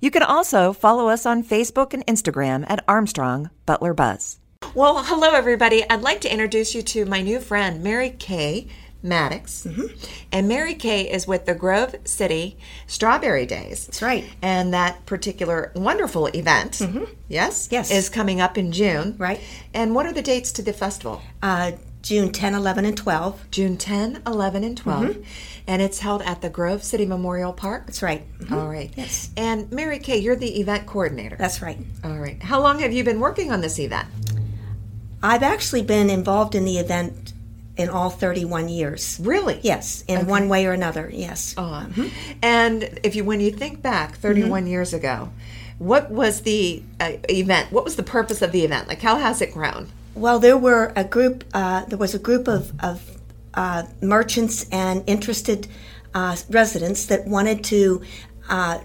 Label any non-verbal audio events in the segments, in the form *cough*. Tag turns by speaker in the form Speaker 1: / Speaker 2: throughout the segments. Speaker 1: You can also follow us on Facebook and Instagram at Armstrong Butler Buzz. Well, hello, everybody. I'd like to introduce you to my new friend, Mary Kay Maddox. And Mary Kay is with the Grove City Strawberry Days. That's
Speaker 2: right.
Speaker 1: And that particular wonderful event, yes?
Speaker 2: Mm-hmm. Yes.
Speaker 1: Is coming up in June.
Speaker 2: Right.
Speaker 1: And what are the dates to the festival?
Speaker 2: Uh, June 10, 11, and 12.
Speaker 1: June 10, 11, and 12. And it's held at the Grove City Memorial Park.
Speaker 2: Mm-hmm. That's right. Mm-hmm.
Speaker 1: All right.
Speaker 2: Yes.
Speaker 1: And Mary Kay, you're the event coordinator.
Speaker 2: That's right.
Speaker 1: All right. How long have you been working on this event?
Speaker 2: I've actually been involved in the event in all 31 years.
Speaker 1: Really?
Speaker 2: Yes, in one way or another. Yes.
Speaker 1: Uh,
Speaker 2: Mm-hmm.
Speaker 1: And if you, when you think back 31 years ago, what was the uh, event? What was the purpose of the event? Like, how has it grown?
Speaker 2: Well, there were a group. Uh, there was a group of, of uh, merchants and interested uh, residents that wanted to uh,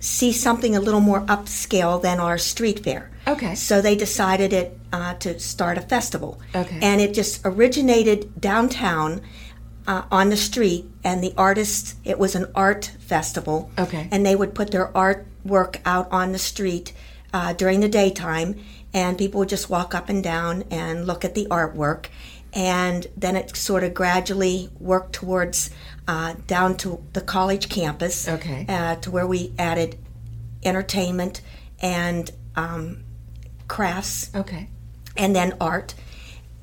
Speaker 2: see something a little more upscale than our street fair.
Speaker 1: Okay.
Speaker 2: So they decided it uh, to start a festival.
Speaker 1: Okay.
Speaker 2: And it just originated downtown. Uh, on the street, and the artists, it was an art festival.
Speaker 1: Okay.
Speaker 2: And they would put their artwork out on the street uh, during the daytime, and people would just walk up and down and look at the artwork. And then it sort of gradually worked towards uh, down to the college campus,
Speaker 1: Okay.
Speaker 2: uh, to where we added entertainment and um, crafts
Speaker 1: Okay.
Speaker 2: and then art,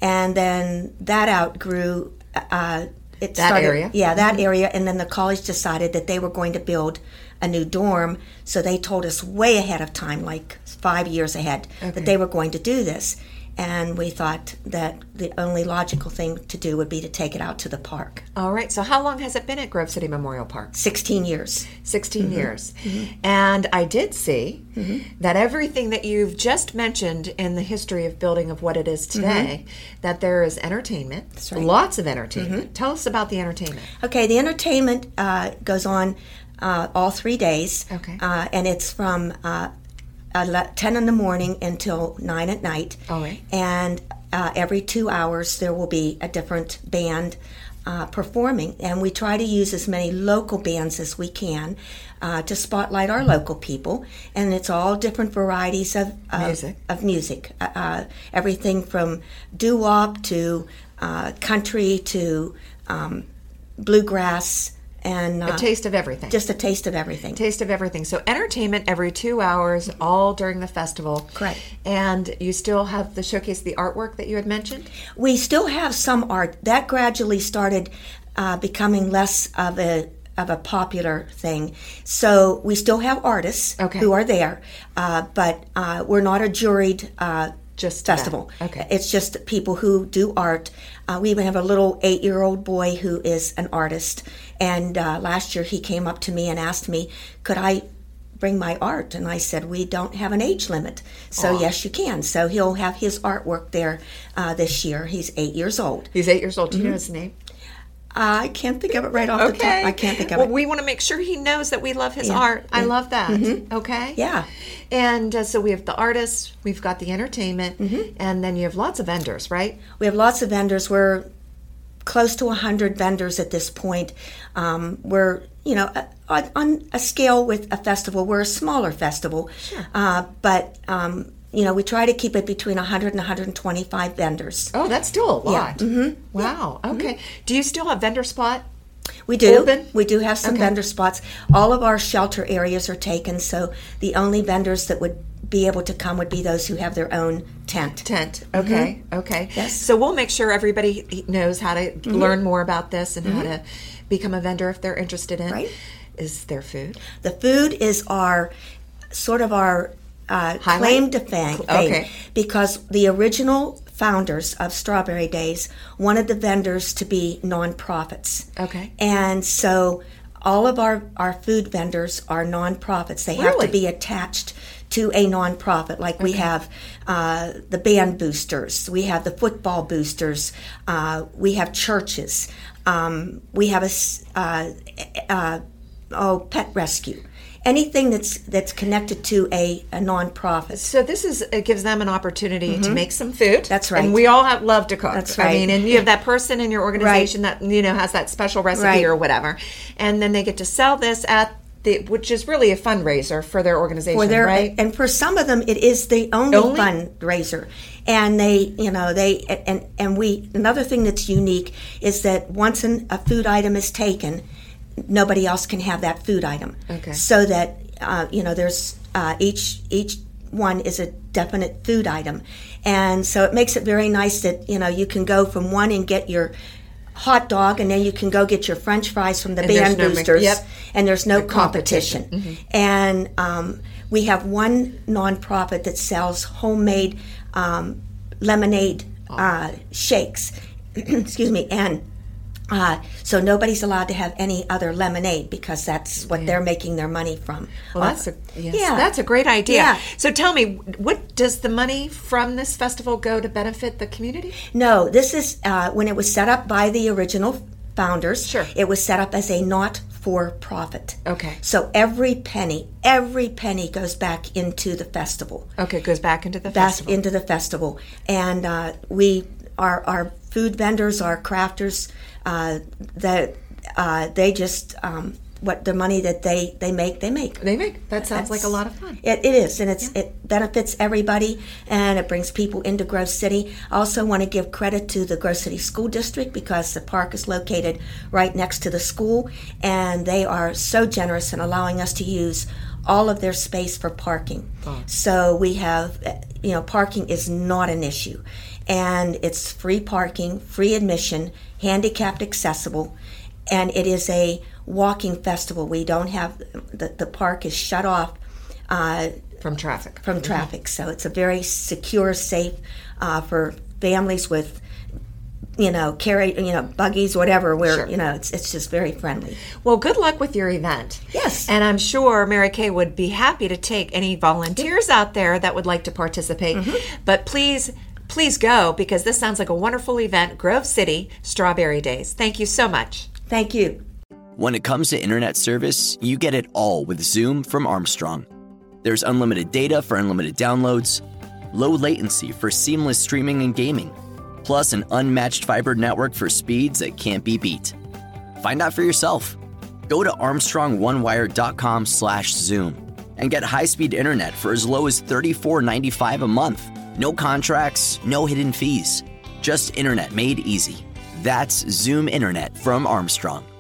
Speaker 2: and then that outgrew. Uh, it
Speaker 1: That
Speaker 2: started,
Speaker 1: area? Mm-hmm.
Speaker 2: yeah, that area, and then the college decided that they were going to build a new dorm, so they told us way ahead of time, like five years ahead, that they were going to do this, and we thought that the only logical thing to do would be to take it out to the park.
Speaker 1: All right. So, how long has it been at Grove City Memorial Park?
Speaker 2: Sixteen years,
Speaker 1: 16
Speaker 2: Mm-hmm.
Speaker 1: years. And I did see that everything that you've just mentioned in the history of building of what it is
Speaker 2: Mm-hmm.
Speaker 1: today, that there is entertainment, lots of entertainment.
Speaker 2: Mm-hmm.
Speaker 1: Tell us about the entertainment.
Speaker 2: Okay, the entertainment uh, goes on uh, all three days.
Speaker 1: Okay.
Speaker 2: Uh, and it's from uh, ele- 10 in the morning until 9 at night.
Speaker 1: All right.
Speaker 2: And uh, every two hours, there will be a different band uh, performing. And we try to use as many local bands as we can uh, to spotlight our local people. And it's all different varieties of, of
Speaker 1: Music.
Speaker 2: Of music. Uh, uh, everything from doo wop to uh, country to um, bluegrass and uh,
Speaker 1: Taste of everything.
Speaker 2: just a taste of everything.
Speaker 1: taste of everything. So entertainment every two hours, all during the festival.
Speaker 2: Correct.
Speaker 1: And you still have the showcase the artwork that you had mentioned.
Speaker 2: we still have some art that gradually started uh, becoming less of a of a popular thing. So we still have artists
Speaker 1: Okay.
Speaker 2: who are there, uh, but uh, we're not a juried uh,
Speaker 1: Just that.
Speaker 2: festival.
Speaker 1: Okay.
Speaker 2: It's just people who do art. Uh, we even have a little eight year old boy who is an artist. And uh, last year he came up to me and asked me, could I bring my art? And I said, we don't have an age limit. So, yes, you can. So, he'll have his artwork there uh, this year. He's eight years old.
Speaker 1: He's eight years old. Do you know his
Speaker 2: Mm-hmm.
Speaker 1: name?
Speaker 2: I can't think of it right off the
Speaker 1: Okay.
Speaker 2: top. I can't think of
Speaker 1: well,
Speaker 2: it. Mm-hmm.
Speaker 1: we want to make sure he knows that we love his art. I love that. Okay.
Speaker 2: Yeah.
Speaker 1: And uh, so we have the artists, we've got the entertainment,
Speaker 2: Mm-hmm.
Speaker 1: and then you have lots of vendors, right?
Speaker 2: We have lots of vendors. We're close to 100 vendors at this point. Um, we're, you know, uh, on, on a scale with a festival, we're a smaller festival. Sure. Uh, but, um, you know, we try to keep it between 100 and 125 vendors.
Speaker 1: Oh, that's still a lot. Mm-hmm. Wow. Okay. Do you still have vendor spot?
Speaker 2: We do.
Speaker 1: Open?
Speaker 2: We do have some
Speaker 1: Okay.
Speaker 2: vendor spots. All of our shelter areas are taken, so the only vendors that would be able to come would be those who have their own tent.
Speaker 1: tent.
Speaker 2: Mm-hmm.
Speaker 1: Okay. Okay. Yes. So we'll make sure everybody he- knows how to
Speaker 2: Mm-hmm.
Speaker 1: learn more about this and how to become a vendor if they're interested in.
Speaker 2: Right.
Speaker 1: Is there food?
Speaker 2: The food is our sort of our uh,
Speaker 1: Highlight?
Speaker 2: claim to fame,
Speaker 1: Okay.
Speaker 2: because the original founders of Strawberry Days wanted the vendors to be nonprofits.
Speaker 1: Okay.
Speaker 2: And so all of our, our food vendors are nonprofits. They have
Speaker 3: Really?
Speaker 2: to be attached to a nonprofit. Like we have uh, the band boosters, we have the football boosters, uh, we have churches, um, we have a s- uh, uh, oh pet rescue. Anything that's that's connected to a, a nonprofit.
Speaker 1: So this is it gives them an opportunity to make some food.
Speaker 2: Mm-hmm. That's right.
Speaker 1: And we all have, love to cook.
Speaker 2: That's
Speaker 1: I
Speaker 2: right.
Speaker 1: mean, and you have that person in your organization that you know has that special recipe
Speaker 2: Right.
Speaker 1: or whatever, and then they get to sell this at the which is really a fundraiser for their organization,
Speaker 2: for their e-,
Speaker 1: right?
Speaker 2: and for some of them it is the only,
Speaker 1: Only?
Speaker 2: fundraiser and they you know they and and we another thing that's unique is that once an, a food item is taken nobody else can have that food item
Speaker 1: Okay.
Speaker 2: so that uh, you know there's uh, each each one is a definite food item and so it makes it very nice that you know you can go from one and get your hot dog and then you can go get your french fries from the
Speaker 1: there's
Speaker 2: band
Speaker 1: no mix-
Speaker 2: boosters
Speaker 1: yep.
Speaker 2: and there's no
Speaker 1: competition. Mm-hmm.
Speaker 2: competition. And um, we have one nonprofit that sells homemade um, lemonade
Speaker 1: Oh.
Speaker 2: uh, shakes. *clears throat* Excuse me. And uh, so nobody's allowed to have any other lemonade because that's what they're making their money from.
Speaker 1: Well, that's a yes, that's a great idea.
Speaker 2: Yeah.
Speaker 1: So tell me, what does the money from this festival go to benefit the community?
Speaker 2: No, this is uh, when it was set up by the original founders.
Speaker 1: Sure.
Speaker 2: It was set up as a not for profit.
Speaker 1: Okay.
Speaker 2: So every penny, every penny goes back into the festival.
Speaker 1: Okay, it goes back into the
Speaker 2: back
Speaker 1: festival.
Speaker 2: into the festival. And uh, we, our, our food vendors, our crafters, uh, that uh, they just um, what the money that they they make, they make.
Speaker 1: they make that sounds like a lot of fun.
Speaker 2: It, it is, and it's it benefits everybody, and it brings people into Grove City. I also want to give credit to the Grove City School District because the park is located right next to the school, and they are so generous in allowing us to use all of their space for parking. So we have, uh, you know, parking is not an issue, and it's free parking, free admission, handicapped accessible and it is a walking festival. We don't have the, the park is shut off uh,
Speaker 1: From traffic.
Speaker 2: from traffic, so it's a very secure, safe uh, for families with you know carry you know buggies whatever. Where
Speaker 1: Sure.
Speaker 2: you know it's it's just very friendly.
Speaker 1: Well, good luck with your event.
Speaker 2: Yes.
Speaker 1: And I'm sure Mary Kay would be happy to take any volunteers out there that would like to participate. But please, please go because this sounds like a wonderful event Grove City Strawberry Days. Thank you so much.
Speaker 2: Thank you.
Speaker 4: When it comes to internet service, you get it all with Zoom from Armstrong. There's unlimited data for unlimited downloads, low latency for seamless streaming and gaming, plus an unmatched fiber network for speeds that can't be beat. Find out for yourself. Go to armstrongonewire.com/zoom and get high-speed internet for as low as $34.95 a month. No contracts, no hidden fees. Just internet made easy. That's Zoom internet from Armstrong.